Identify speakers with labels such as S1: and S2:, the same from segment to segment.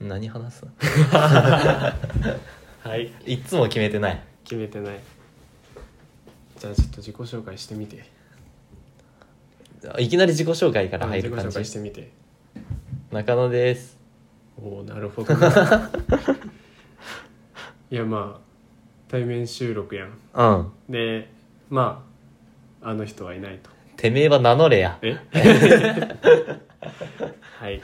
S1: 何話す
S2: はい
S1: いっつも決めてない
S2: 決めてないじゃあちょっと自己紹介してみて
S1: いきなり自己紹介から
S2: あ
S1: 入
S2: 自己
S1: る感
S2: 紹介し
S1: じ
S2: てみて
S1: 中野です
S2: おおなるほ どないやまあ対面収録やん
S1: うん
S2: でまああの人はいないと
S1: てめえは名乗れや
S2: え はい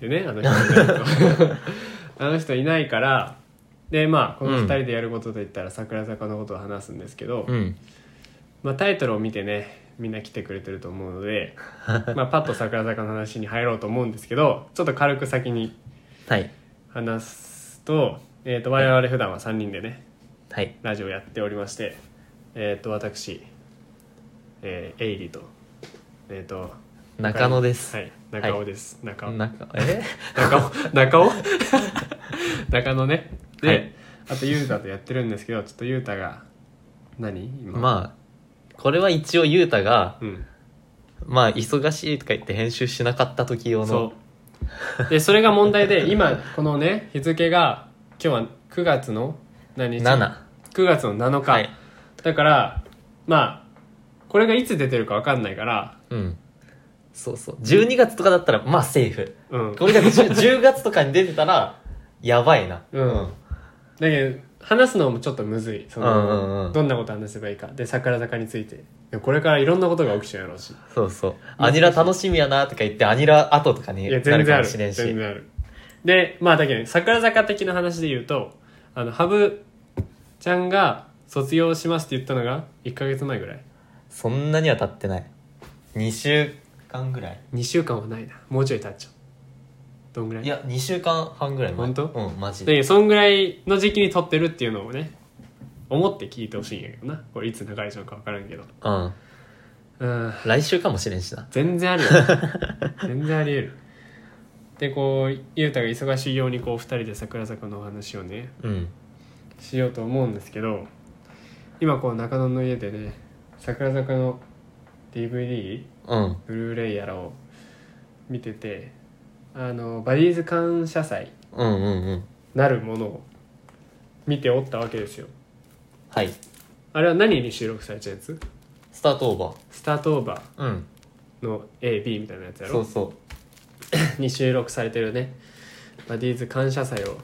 S2: でねあの人いない とあの人いないからでまあこの2人でやることといったら桜坂のことを話すんですけど、
S1: うん
S2: まあ、タイトルを見てねみんな来てくれてると思うので、まあ、パッと桜坂の話に入ろうと思うんですけどちょっと軽く先に
S1: はい
S2: 話すと,、えー、と我々普段は3人でね
S1: はい
S2: ラジオやっておりまして、えー、と私、えー、エイリと,、えー、と
S1: 中野です
S2: はい、中尾です、中尾
S1: 中え
S2: 中尾中尾 中野ねで、
S1: はい
S2: あとゆうたとやってるんですけどちょっとゆうたが何 今
S1: まあこれは一応雄太が
S2: うん
S1: まあ忙しいとか言って編集しなかった時用の
S2: そうでそれが問題で今このね日付が今日は9月の何日
S1: 7
S2: 9月の7日、
S1: はい
S2: だからまあこれがいつ出てるか分かんないから
S1: うんそうそう12月とかだったらまあセーフ
S2: うん
S1: これが 10, 10月とかに出てたらやばいな
S2: うんだけど話すのもちょっとむずいその、
S1: うんうんうん
S2: どんなこと話せばいいかで桜坂についていやこれからいろんなことが起きちゃうやろうし
S1: そうそうアニラ楽しみやなとか言ってアニラ後とかに
S2: い
S1: な
S2: や
S1: る
S2: 全
S1: か
S2: 然あ
S1: も
S2: る
S1: しれん
S2: 全
S1: し
S2: 然あるでまあだけどね桜坂的な話で言うとあの羽生ちゃんが卒業しますって言ったのが1か月前ぐらい
S1: そんなには経ってない2週間ぐらい
S2: 2週間はないなもうちょい経っちゃうどんぐらい
S1: いや2週間半ぐらい前
S2: 本当
S1: うんマジで
S2: でそんぐらいの時期に撮ってるっていうのをね思って聞いてほしいんやけどなこれいつ流れちゃうか分からんけど
S1: うん
S2: うん
S1: 来週かもしれんしな
S2: 全然あるよ 全然ありえるでこう雄太が忙しいようにこう2人で桜坂のお話をね
S1: うん
S2: しようと思うんですけど今こう中野の家でね桜坂の DVD
S1: うん
S2: ブルーレイやらを見ててあのバディーズ感謝祭
S1: うんうんうん
S2: なるものを見ておったわけですよ
S1: はい
S2: あれは何に収録されたやつ
S1: スタートオーバ
S2: スタートオーバ
S1: ーうん
S2: ーの AB みたいなやつや
S1: そ
S2: ろ
S1: うそ
S2: に収録されてるねバディーズ感謝祭を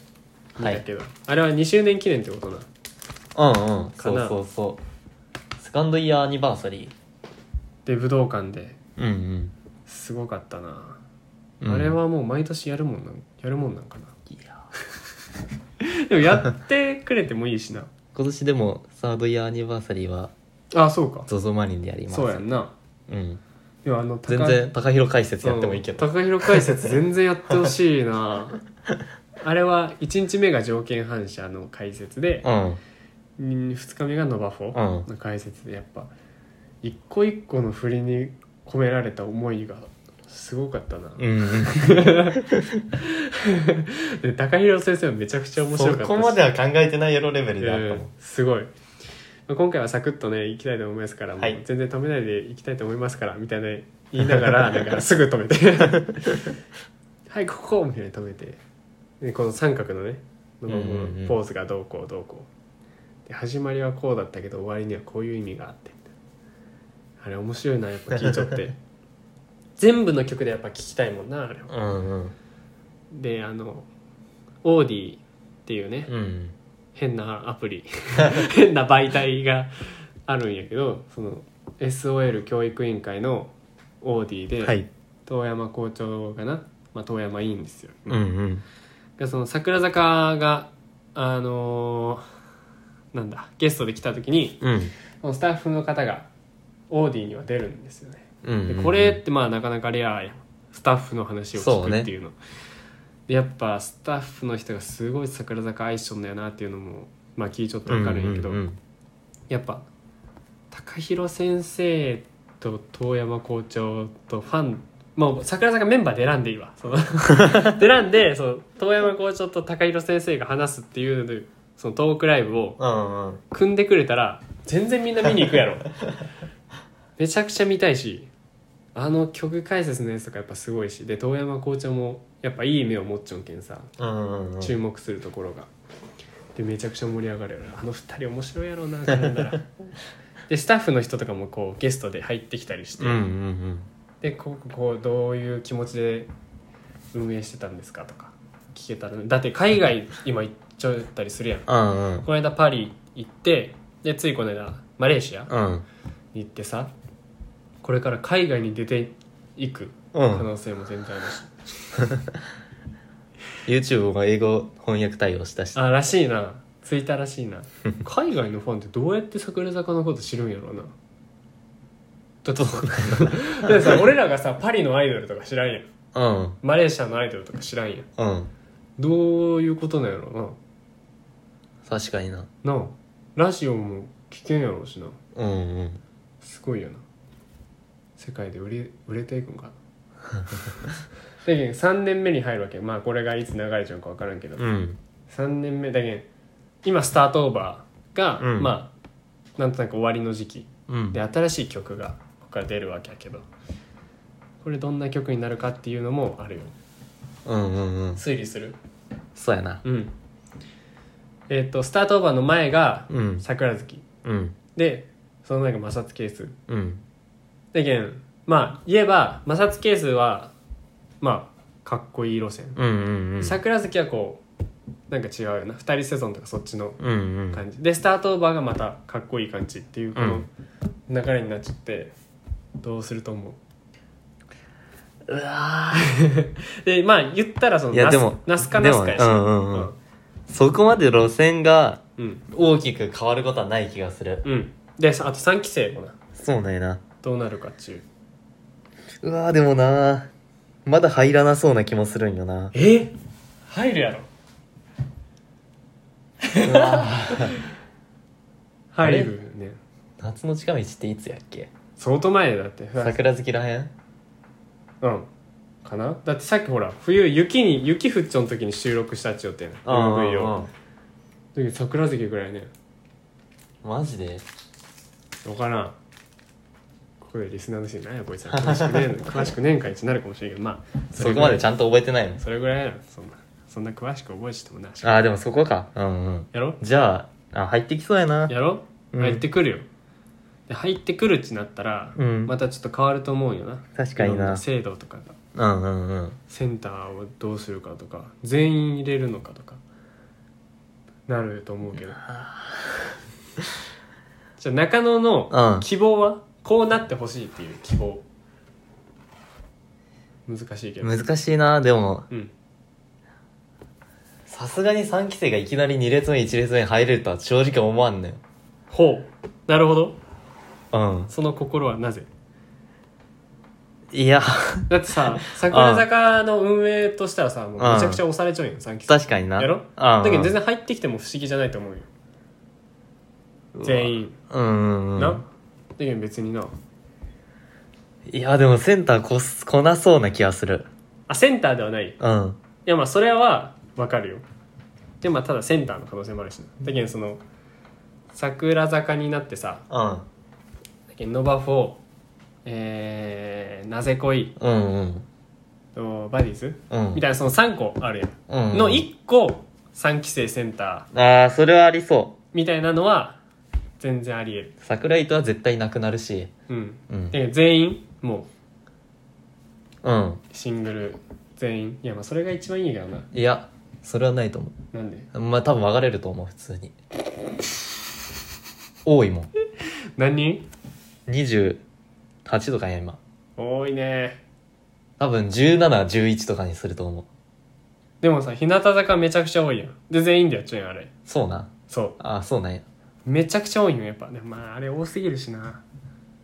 S2: 見たけど、あれは2周年記念ってことな
S1: ううんうん
S2: か
S1: そう
S2: な
S1: そうそうセカンドイヤーアニバーサリ
S2: で武道館で
S1: ーうん
S2: すごかったな、
S1: うん
S2: あれはもう毎年やるもんなんやるもんなんかない
S1: や
S2: でもやってくれてもいいしな
S1: 今年でもサードイヤーアニバーサリーは
S2: あそうか
S1: ZOZO マリンでやります
S2: そうやんな
S1: うん
S2: でもあの高
S1: 全然高広解説やってもいいけど
S2: うん高広解説全然やってほしいな あれは1日目が条件反射の解説で
S1: うん
S2: 2日目がノバフォ
S1: うん
S2: の解説でやっぱ一個一個の振りに込められた思いがすごかったな、
S1: うん
S2: で高広先生はめちゃくちゃ 面白かったし
S1: は考えてないやろレベ
S2: うんすごいまあ今回はサクッとね行きたいと思いますから、もう
S1: はい
S2: 全然止めないで行きたいと思いますからみたいな言いな がらなんかすぐ止めて はいここみたいに止めてでこの三角のねの
S1: うんうんうん
S2: ポーズがどうこうどうこうで始まりはこうだったけど終わりにはこういう意味があってあれ面白いなやっぱ聴いちゃって 全部の曲でやっぱ聴きたいもんなあれは
S1: うんうん
S2: であのオーディっていうね、
S1: うん
S2: 変なアプリ 変な媒体があるんやけどその SOL 教育委員会の OD で、
S1: はい
S2: 遠山校長かな、まあ、遠山委員ですよ、
S1: うんうん
S2: がその桜坂があのーなんだゲストで来た時に
S1: うん
S2: そのスタッフの方が OD には出るんですよね
S1: うんうん
S2: で
S1: うん
S2: これってまあなかなかレアやんスタッフの話を聞くっていうのでやっぱスタッフの人がすごい桜坂愛しとんだよなっていうのもまあ聞いちょっとわかるんやけど、
S1: ううん
S2: やっぱ高弘先生と遠山校長とファンもう桜坂メンバーで選んでいいわ そので選んでその遠山校長と高弘先生が話すっていうのでそのトークライブを
S1: うんうん
S2: 組 んでくれたら全然みんな見に行くやろめちゃくちゃ見たいしああの曲解説のやつとかやっぱすごいしで遠山校長もやっぱいい目を持っちょんけんさ
S1: うんうんうん
S2: 注目するところが、でめちゃくちゃ盛り上がるよなあの二人面白いやろうなってなん だらでスタッフの人とかもこうゲストで入ってきたりして、
S1: うんうん
S2: でこうこうどういう気持ちで運営してたんですかとか聞けたらだって海外今行っちゃったりするやん
S1: うんうんうん
S2: この間パリ行ってでついこの間マレーシア
S1: うん
S2: に行ってさこれから海外に出ていく
S1: う
S2: 可
S1: ん
S2: 能性も全然あるし、
S1: YouTube が英語翻訳対応したし
S2: あらしいなツイッターらしい な海外のファンってどうやって桜坂のこと知るんやろうな だってさだってさ俺らがさパリのアイドルとか知らんやん
S1: うん
S2: マレーシアのアイドルとか知らんやん
S1: うん
S2: どういうことなんやろ
S1: 確かにな
S2: うななあラジオも聞けんやろうしな
S1: うんうん
S2: すごいよな世界で売れ売れていくんかなだけど3年目に入るわけまあこれがいつ流れちゃうか分からんけど、
S1: うん
S2: 3年目だけど今スタートオーバーが、
S1: うん
S2: まあなんとなく終わりの時期
S1: うん
S2: で新しい曲がここから出るわけやけどこれどんな曲になるかっていうのもあるよ
S1: うんうんうん
S2: 推理する
S1: そうやな
S2: うんえっ、とスタートオーバーの前が
S1: うん
S2: 桜月
S1: うん
S2: でその前が摩擦係数
S1: うん
S2: でけんまあ言えば摩擦係数はまあかっこいい路線、
S1: うんうんうん
S2: 桜月はこうなんか違うよな2人セゾンとかそっちの
S1: うんうん
S2: 感じでスタートオーバーがまたかっこいい感じっていうこの流れになっちゃってどうすると思う
S1: うわ
S2: でまあ言ったらその
S1: いや
S2: ナ
S1: で
S2: ス
S1: も
S2: ナスカナスカやし
S1: でもうんうんうんーそこまで路線が
S2: うん
S1: 大きく変わることはない気がする
S2: うんでさあと3期生もな
S1: そうなんやな
S2: どうなるかっちゅう
S1: うわーでもなーまだ入らなそうな気もするんよな
S2: え入るやろ
S1: うわー
S2: 入るね
S1: 夏の近道っていつやっけ
S2: 相当前だって
S1: 桜月らへん
S2: うんかなだってさっきほら冬雪に雪降っちょん時に収録したっちゅうてん MV をだけど桜月ぐらいね
S1: マジで
S2: 分からんここでリスナーの人に「何やこいつら詳しくね えの詳しくねえんかい」ってなるかもしれんけどまあ
S1: そこまでち
S2: ゃん
S1: ゃんと覚えてないの
S2: それぐらいやろそんなそんな詳しく覚えちゃってもな
S1: ああでもそこかうんうん
S2: やろ
S1: じゃああ入ってきそうやな
S2: やろ、
S1: うん
S2: 入ってくるよで入ってくるってなったら、
S1: うん
S2: またちょっと変わると思うよな
S1: 確かにない
S2: ろん制度とかが
S1: うんうんうん
S2: センターをどうするかとか全員入れるのかとかなると思うけど じゃあ中野
S1: う
S2: の
S1: ん
S2: 希望はこうなってほしいっていう希望難しいけど
S1: 難しいなでも
S2: うん
S1: さすがに3期生がいきなり2列目1列目に入れるとは正直思わんのよ
S2: ほうなるほど
S1: うん
S2: その心はなぜ
S1: いや
S2: だってさ桜坂の運営としたらさも
S1: うん
S2: うめちゃくちゃ押されちゃうよ3期生
S1: 確かにな
S2: やろ
S1: うん
S2: だけど全然入ってきても不思議じゃないと思うよ全員
S1: うんうんうん
S2: なだけど別にない
S1: やでもセンターこすこなそうな気がする
S2: あセンターではない
S1: うん
S2: いやまあそれはわかるよでまあただセンターの可能性もあるしなだけどその桜坂になってさ
S1: うん
S2: だけどノバフォーえー、なぜ恋
S1: うんうん
S2: とバディズ
S1: うん
S2: みたいなその3個あるやん、
S1: うんうん
S2: の1個3期生センター
S1: ああそれはありそ
S2: みたいなのは全然ありえる
S1: う桜井とは絶対なくなるし
S2: うん、
S1: うん
S2: だけど全員も
S1: うん
S2: うシングル全員いやまあそれが一番いいけどない
S1: やそれはないと思
S2: なんで
S1: うまあ多分分かれると思う普通に多いもん
S2: 何人
S1: 28とかや今
S2: 多いね
S1: 多分1711とかにすると思う
S2: でもさ日向坂めちゃくちゃ多いやんで全員でやっちゃうやんあれ
S1: そうな
S2: そう
S1: ああそうなんや
S2: めちゃくちゃ多いよやっぱでもまああれ多すぎるしな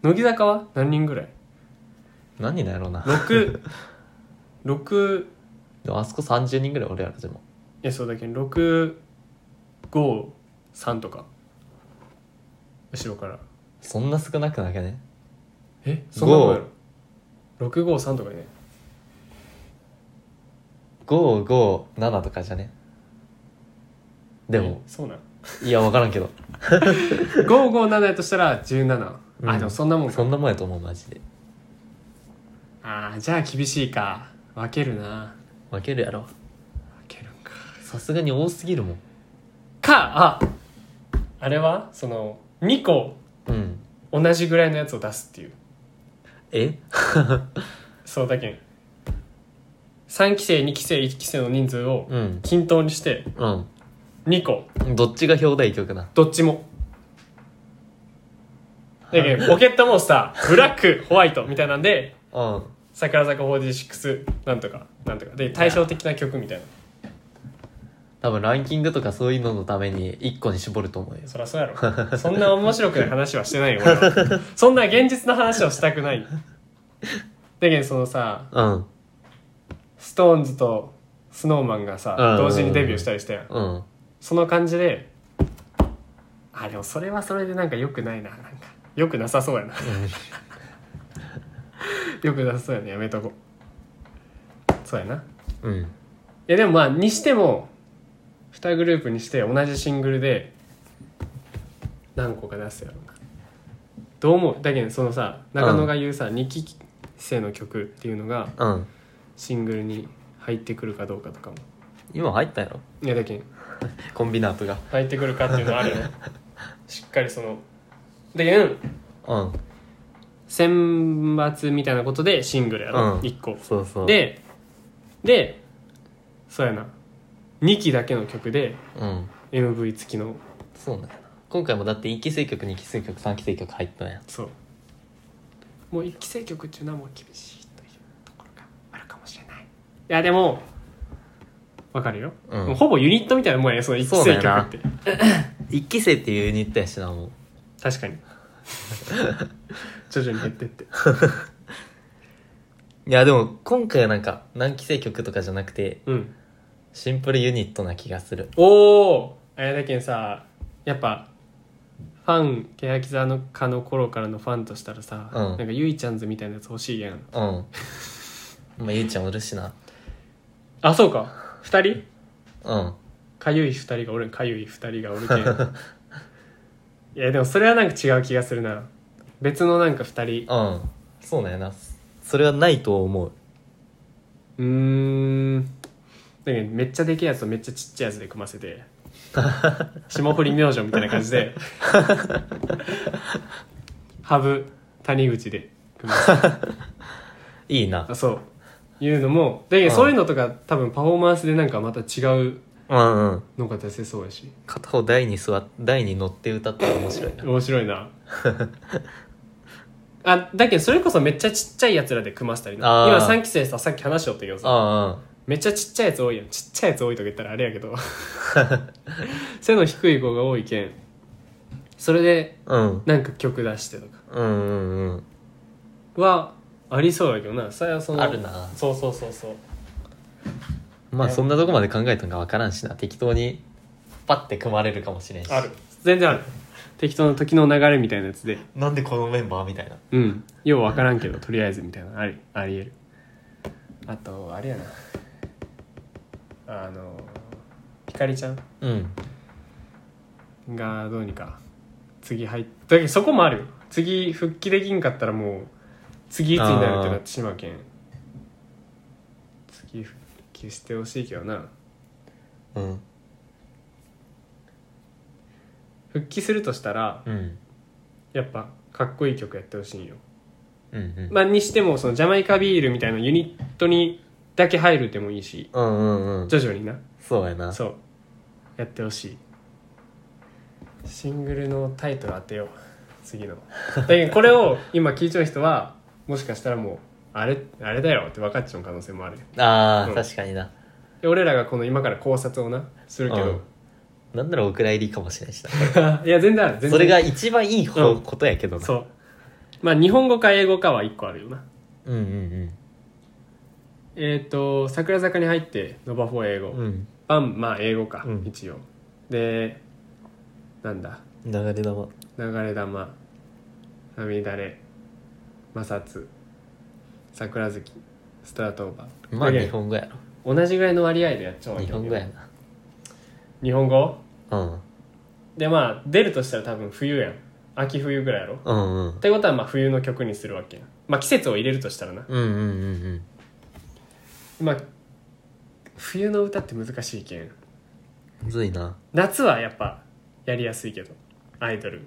S2: 乃木坂は何人ぐらい
S1: 何人なんやろうな
S2: 66
S1: でもあそこ30人ぐらい俺らでも
S2: いやそうだけど653とか後ろから
S1: そんな少なくなきゃね
S2: えそんなもんやろ653とかね
S1: 557とかじゃねでも
S2: えそうなん
S1: いや分からんけど
S2: 557やとしたら17、
S1: うん
S2: あでもそんなもんか
S1: そんなもんやと思うマジで
S2: ああじゃあ厳しいか分けるな
S1: 負けるやろ
S2: 分けるんか
S1: さすがに多すぎるもん
S2: かああれはその2個
S1: うん
S2: 同じぐらいのやつを出すっていう
S1: え
S2: そうだけん3期生2期生1期生の人数を
S1: うん
S2: 均等にして
S1: うん
S2: 2個
S1: どっちが表題曲な
S2: どっちもだけんポケットモンスターブラックホワイトみたいなんで
S1: うん
S2: 桜坂46なんとかなんとかで対照的な曲みたいな
S1: 多分ランキングとかそういうののために1個に絞ると思うよ
S2: そりゃそうやろそんな面白くない話はしてないよ 俺はそんな現実の話をしたくないだけどそのさ
S1: うん
S2: ストーンズとスノーマンがさ
S1: うんうんうん
S2: 同時にデビューしたりしたやん
S1: うん
S2: その感じであでもそれはそれでなんか良くないななんか良くなさそうやな 良くなさそうやねやめとこうそうやない
S1: うん
S2: やでもまあにしても2グループにして同じシングルで何個か出すやろうなどう思うだけどそのさ中野が言うさ、二2期生の曲っていうのが
S1: うん
S2: シングルに入ってくるかどうかとかも
S1: 今入ったやろ
S2: いやだけど
S1: コンビナートが
S2: 入ってくるかっていうのはあるよ しっかりそのだけど
S1: うん
S2: 選抜みたいなことでシングルやろ、
S1: うん
S2: 1個
S1: そうそう
S2: ででそうやな2期だけの曲で
S1: うん
S2: MV 付きの
S1: そうなんやな今回もだって1期生曲2期生曲3期生曲入ったんや
S2: そうもう一期生曲っていうのはもう厳しいというところがあるかもしれないいやでもわかるよ、
S1: うん
S2: もほぼユニットみたいなもんやねその一期生曲って
S1: 1期生っていうユニットやしなもう
S2: 確かに徐々に減ってって
S1: いやでも今回はなんか何期生曲とかじゃなくて
S2: うん
S1: シンプルユニットな気がする
S2: おおあやだけんさやっぱファン欅沢の家の頃からのファンとしたらさ、
S1: うん
S2: なんかゆいちゃんズみたいなやつ欲しいやん
S1: うん まあゆうちゃんおるしな
S2: あそうか2人
S1: うん
S2: かゆい2人がおるかゆい2人がおるけんいやでもそれはなんか違う気がするな別のなんか2人
S1: うんそうなんやなそれはないと思う
S2: うーんだけどめっちゃでけえやつとめっちゃちっちゃいやつで組ませて霜降り明星みたいな感じでハブ谷口で組ませて
S1: いいな
S2: あそういうのもだけど
S1: うん
S2: そういうのとか多分パフォーマンスでなんかまた違う
S1: うんうん
S2: のが出せそうやし
S1: 片方台に座っ台に乗って歌ったら面白いな
S2: 面白いな あだけどそれこそめっちゃちっちゃいやつらで組ませたりな
S1: あー
S2: 今3期生ささっき話しよったけどさ
S1: あ
S2: めっちゃちっちゃいやつ多いやんちっちゃいやつ多いとか言ったらあれやけ ど 背の低い子が多いけんそれで
S1: あうん
S2: なんか曲出してとか
S1: うんうんうん
S2: はありそうやけどなそれはその
S1: あるな
S2: そうそうそうそう
S1: まあそんなとこまで考えたんか分からんしな適当にパッて組まれるかもしれんし
S2: ある全然ある適当な時の流れみたいなやつで
S1: なんでこのメンバーみたいな
S2: うんよう分からんけどとりあえずみたいなのありありえるあとあれやなあのひかりちゃん
S1: うん
S2: がどうにか次入っだけどそこもあるよ次復帰できんかったらもう次いつになるってなってしまうけん次復帰してほしいけどな
S1: うん
S2: 復帰するとしたら
S1: うん
S2: やっぱかっこいい曲やってほしいんよ
S1: うんうん
S2: まあにしてもそのジャマイカビールみたいなユニットにだけ入るでもいいし
S1: うんうんうん
S2: 徐々にな
S1: そうやな
S2: そうやってほしいシングルのタイトル当てよう 次のだけどこれを今聞いちゃう人はもしかしたらもうあれあれだよって分かっちゃう可能性もある
S1: ああ、
S2: うん
S1: 確かにな
S2: で俺らがこの今から考察をなするけど、
S1: なんならお蔵入りかもしれんしな
S2: いや全然ある全然
S1: それが一番いい方、
S2: うん
S1: ことやけどな
S2: そうまあ日本語か英語かは1個あるよな
S1: うんうん
S2: えっ、と桜坂に入ってノバフォー英語、
S1: うんうん
S2: バンまあ英語か、
S1: うん
S2: 一応でなんだ
S1: 流れ玉
S2: 流れ玉涙れ摩擦桜月スタートオーバー
S1: まあ
S2: だけ
S1: 日本語や
S2: 同じぐらいの割合でやっちゃおう
S1: ろ
S2: よ
S1: 日本語やな
S2: 日本語
S1: うん
S2: でまあ出るとしたら多分冬やん秋冬ぐらいやろっ
S1: うんうん
S2: てことはまあ冬の曲にするわけやんまあ、季節を入れるとしたらな、
S1: うんうんうん
S2: まあ、冬の歌って難しいけん
S1: うんむずいな
S2: 夏はやっぱやりやすいけどアイドル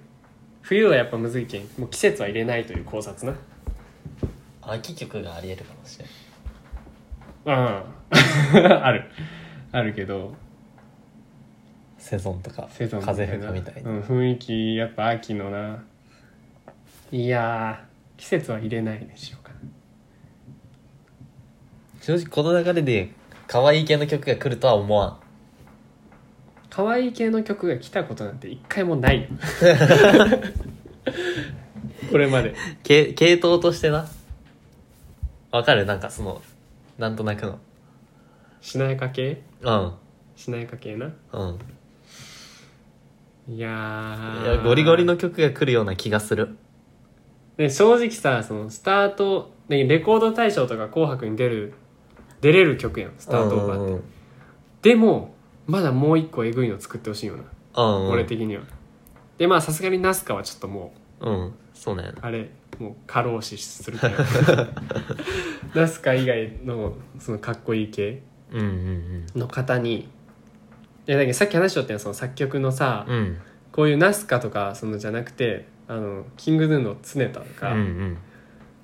S2: 冬はやっぱむずいけんもう季節は入れないという考察な
S1: 秋曲がありえるかもしれない
S2: あああるあるけど
S1: セゾンとか
S2: セゾン
S1: 風吹くみたいな、
S2: うん、雰囲気やっぱ秋のないやー季節は入れないでしょうか
S1: 正直この流れで可愛い系の曲が来るとは思わん
S2: 可愛い系の曲が来たことなんて一回 もないよこれまで
S1: け系統としてなわかるなんかそのなんとなくの
S2: しなやか系
S1: う
S2: しなやか系なん
S1: うん
S2: いやー
S1: いやゴリゴリの曲が来るような気がする
S2: で正直さそのスタートねレコード大賞とか「紅白」に出る出れる曲やんスタートオーバーって、
S1: うんうん
S2: でもまだもう一個えぐいの作ってほしいよな、
S1: うんうん
S2: 俺的にはでまあさすがにナスカはちょっとも
S1: うんそうなんや
S2: うあれもう過労死する からナスカ以外のそのかっこいい系
S1: うんうん
S2: の方にいやだけどさっき話しとったやんその作曲のさ、
S1: うんうん
S2: こういうナスカとかそのじゃなくてあのキングヌーの常田とか、
S1: うんうん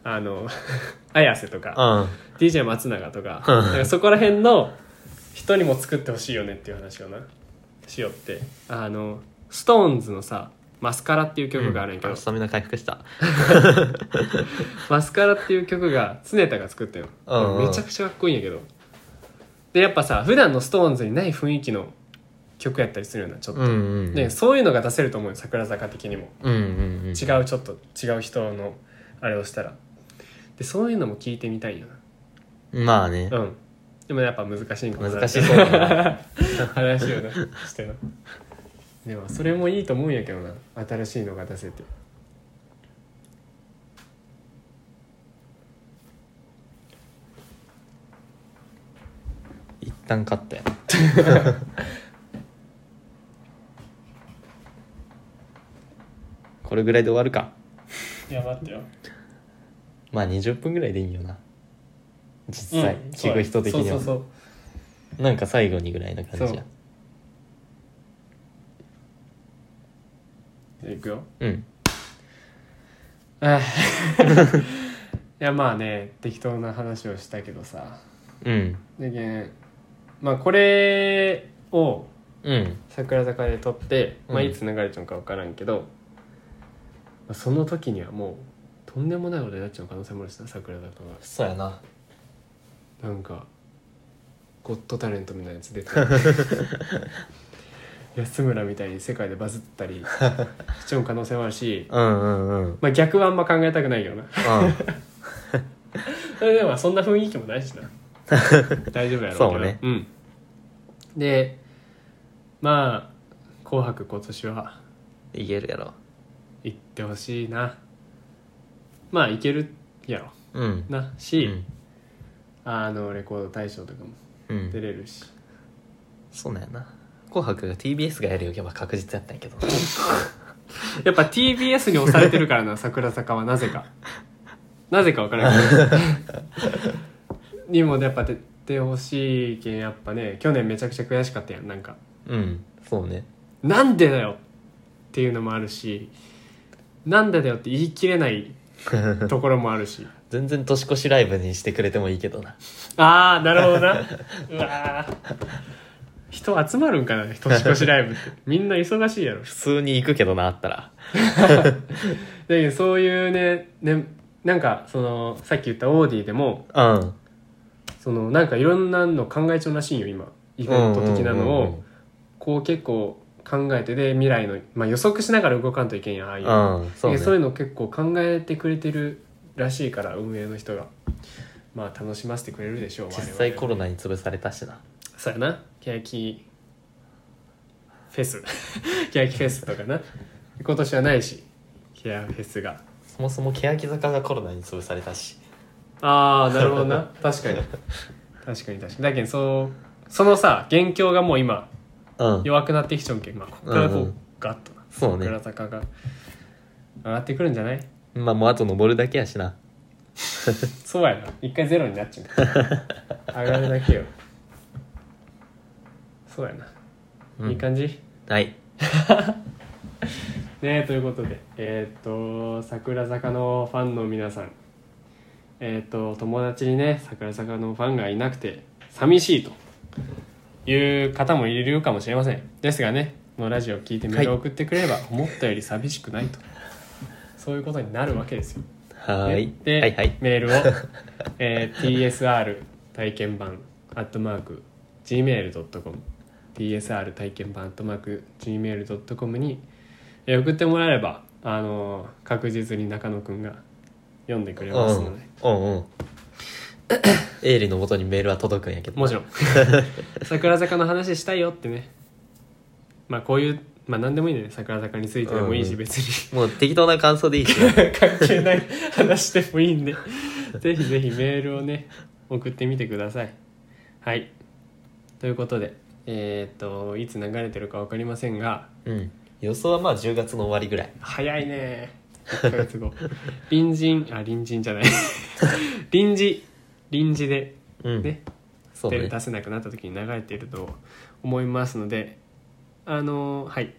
S2: あの 綾瀬とか、
S1: うん
S2: DJ 松永とか
S1: うん
S2: だからそこら辺の人にも作ってほしいよねっていう話をなしよってあの SixTONES のさ「マスカラ」っていう曲があるんやけど、
S1: スタミナ回復した
S2: マスカラっていう曲が常田が作ったよ、
S1: うんうん
S2: めちゃくちゃかっこいいんやけどでやっぱさ普段の SixTONES にない雰囲気の曲やったりするようなちょっと、
S1: うんうん
S2: でそういうのが出せると思うよ桜坂的にも
S1: うんうんうん
S2: 違うちょっと違う人のあれをしたらでそういうのも聞いてみたいよな
S1: まあね
S2: うん。でもやっぱ難しいんかもな
S1: 難しいそうだな
S2: 話をなしてな。でもそれもいいと思うんやけどな。新しいのが出せて。
S1: 一旦勝ったよ これぐらいで終わるか
S2: いや待ってよ。
S1: まあ20分ぐらいでいいよな実際、
S2: うん
S1: 聞く人的には
S2: そうそう
S1: なんか最後にぐらいな感じ
S2: そ
S1: や
S2: うそう。じゃあいくよ。
S1: うん
S2: ああいやまあね適当な話をしたけどさ。
S1: うん
S2: でけんまあこれを
S1: うん
S2: 桜坂で撮って、まあ、
S1: うん
S2: いつ流れちゃうか分からんけど、まあその時にはもうとんでもないことになっちゃう可能性もあるしな桜坂が
S1: そうやな
S2: なんかゴッドタレントみたいなやつ出て 安村みたいに世界でバズったりしちゃう可能性もあるし、
S1: うんうんうんうん
S2: まあ、逆はあんま考えたくないけどな それでもそんな雰囲気もないしな大丈夫やろけど
S1: そうね
S2: ん、でまあ「紅白」今年は。
S1: いけるやろ
S2: 行ってほしいなまあ行けるやろ
S1: うん
S2: な
S1: う
S2: し、
S1: ん
S2: あのレコード大賞とかも
S1: うん
S2: 出れるし、
S1: そうなんやな紅白が TBS がやるよけば確実やったんやけど
S2: やっぱ TBS に押されてるか らな桜坂はなぜかなぜか分からない けどにもやっぱ出てほしいけんやっぱね去年めちゃくちゃ悔しかったやんなんか
S1: うんそうね
S2: なんでだよっていうのもあるしなんでだよって言い切れ ないところもあるし
S1: 全然年越しライブにしてくれてもいいけどな
S2: ああなるほど なうわー人集まるんかな年越しライ ブってみんな忙しいやろだ
S1: 普通に行くけどなあったら
S2: けどそういうねねなんかそのさっき言ったオーディでも
S1: うん、
S2: そのなんかいろんなの考えちゃうらしいんよ今イベント的なのをこう結構考えてで未来の、まあ、予測しながら動かんといけんやんああいううん
S1: うんうん、そう
S2: だけ
S1: ね
S2: どそういうの結構考えてくれてるらしいから運営の人がまあ楽しませてくれるでしょう
S1: 実
S2: 我
S1: 際
S2: 々
S1: コロナに潰されたしな
S2: そうやなケヤキフェス ケヤキフェスとかな今年はないしケヤフェスが
S1: そもそも欅坂がコロナに潰されたし
S2: ああなるほど な確かに確かに確かにだけどそうそのさ元凶がもう今
S1: うん
S2: 弱くなってきちゃうんけん、まあ、ここからこう、
S1: うんうん
S2: ガッとな
S1: そうね
S2: 桜坂が上がってくるんじゃない
S1: まあもうあと登るだけやしな
S2: そうやな一回ゼロになっち ゃう上がるだけよそうやな、
S1: うん
S2: いい感じ
S1: はい
S2: ねということでえーっと桜坂のファンの皆さんえーっと友達にね桜坂のファンがいなくて寂しいという方もいるかもしれませんですがねこのラジオを聞いてメールを送ってくれれば、思ったより寂しくない とそういうことになるわけですよ
S1: はーい
S2: で、
S1: はいはい
S2: メールを、 えー TSR 体験版アットマーク gmail.com TSR 体験版アットマーク gmail.com に、えー送ってもらえれば、あのー確実に中野くんが読んでくれ
S1: う
S2: ます
S1: ん
S2: ので、
S1: うん うんエイリのもとにメールは届くんやけど
S2: もちろん 桜坂の話したいよってねまあこういうまあ何でもいいんだよね桜坂についてでもいいし、
S1: うん
S2: 別に
S1: もう適当な感想でいいし ね
S2: 関係ない話でもいいんでぜひぜひメールをね送ってみてくださいはいということでえーっといつ流れてるか分かりませんが
S1: うん予想はまあ10月の終わりぐらい
S2: 早いね1ヶ 月後隣人あ隣人じゃない臨時臨時で
S1: うん、
S2: ね、
S1: そう
S2: 出
S1: ね
S2: 出せなくなった時に流れていると思いますのであのーはい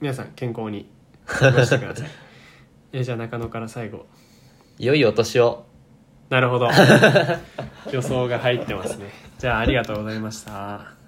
S2: 皆さん健康に過ごしてくだ さいえじゃあ中野から最後
S1: 良いお年を
S2: なるほど予想が入ってますねじゃあありがとうございました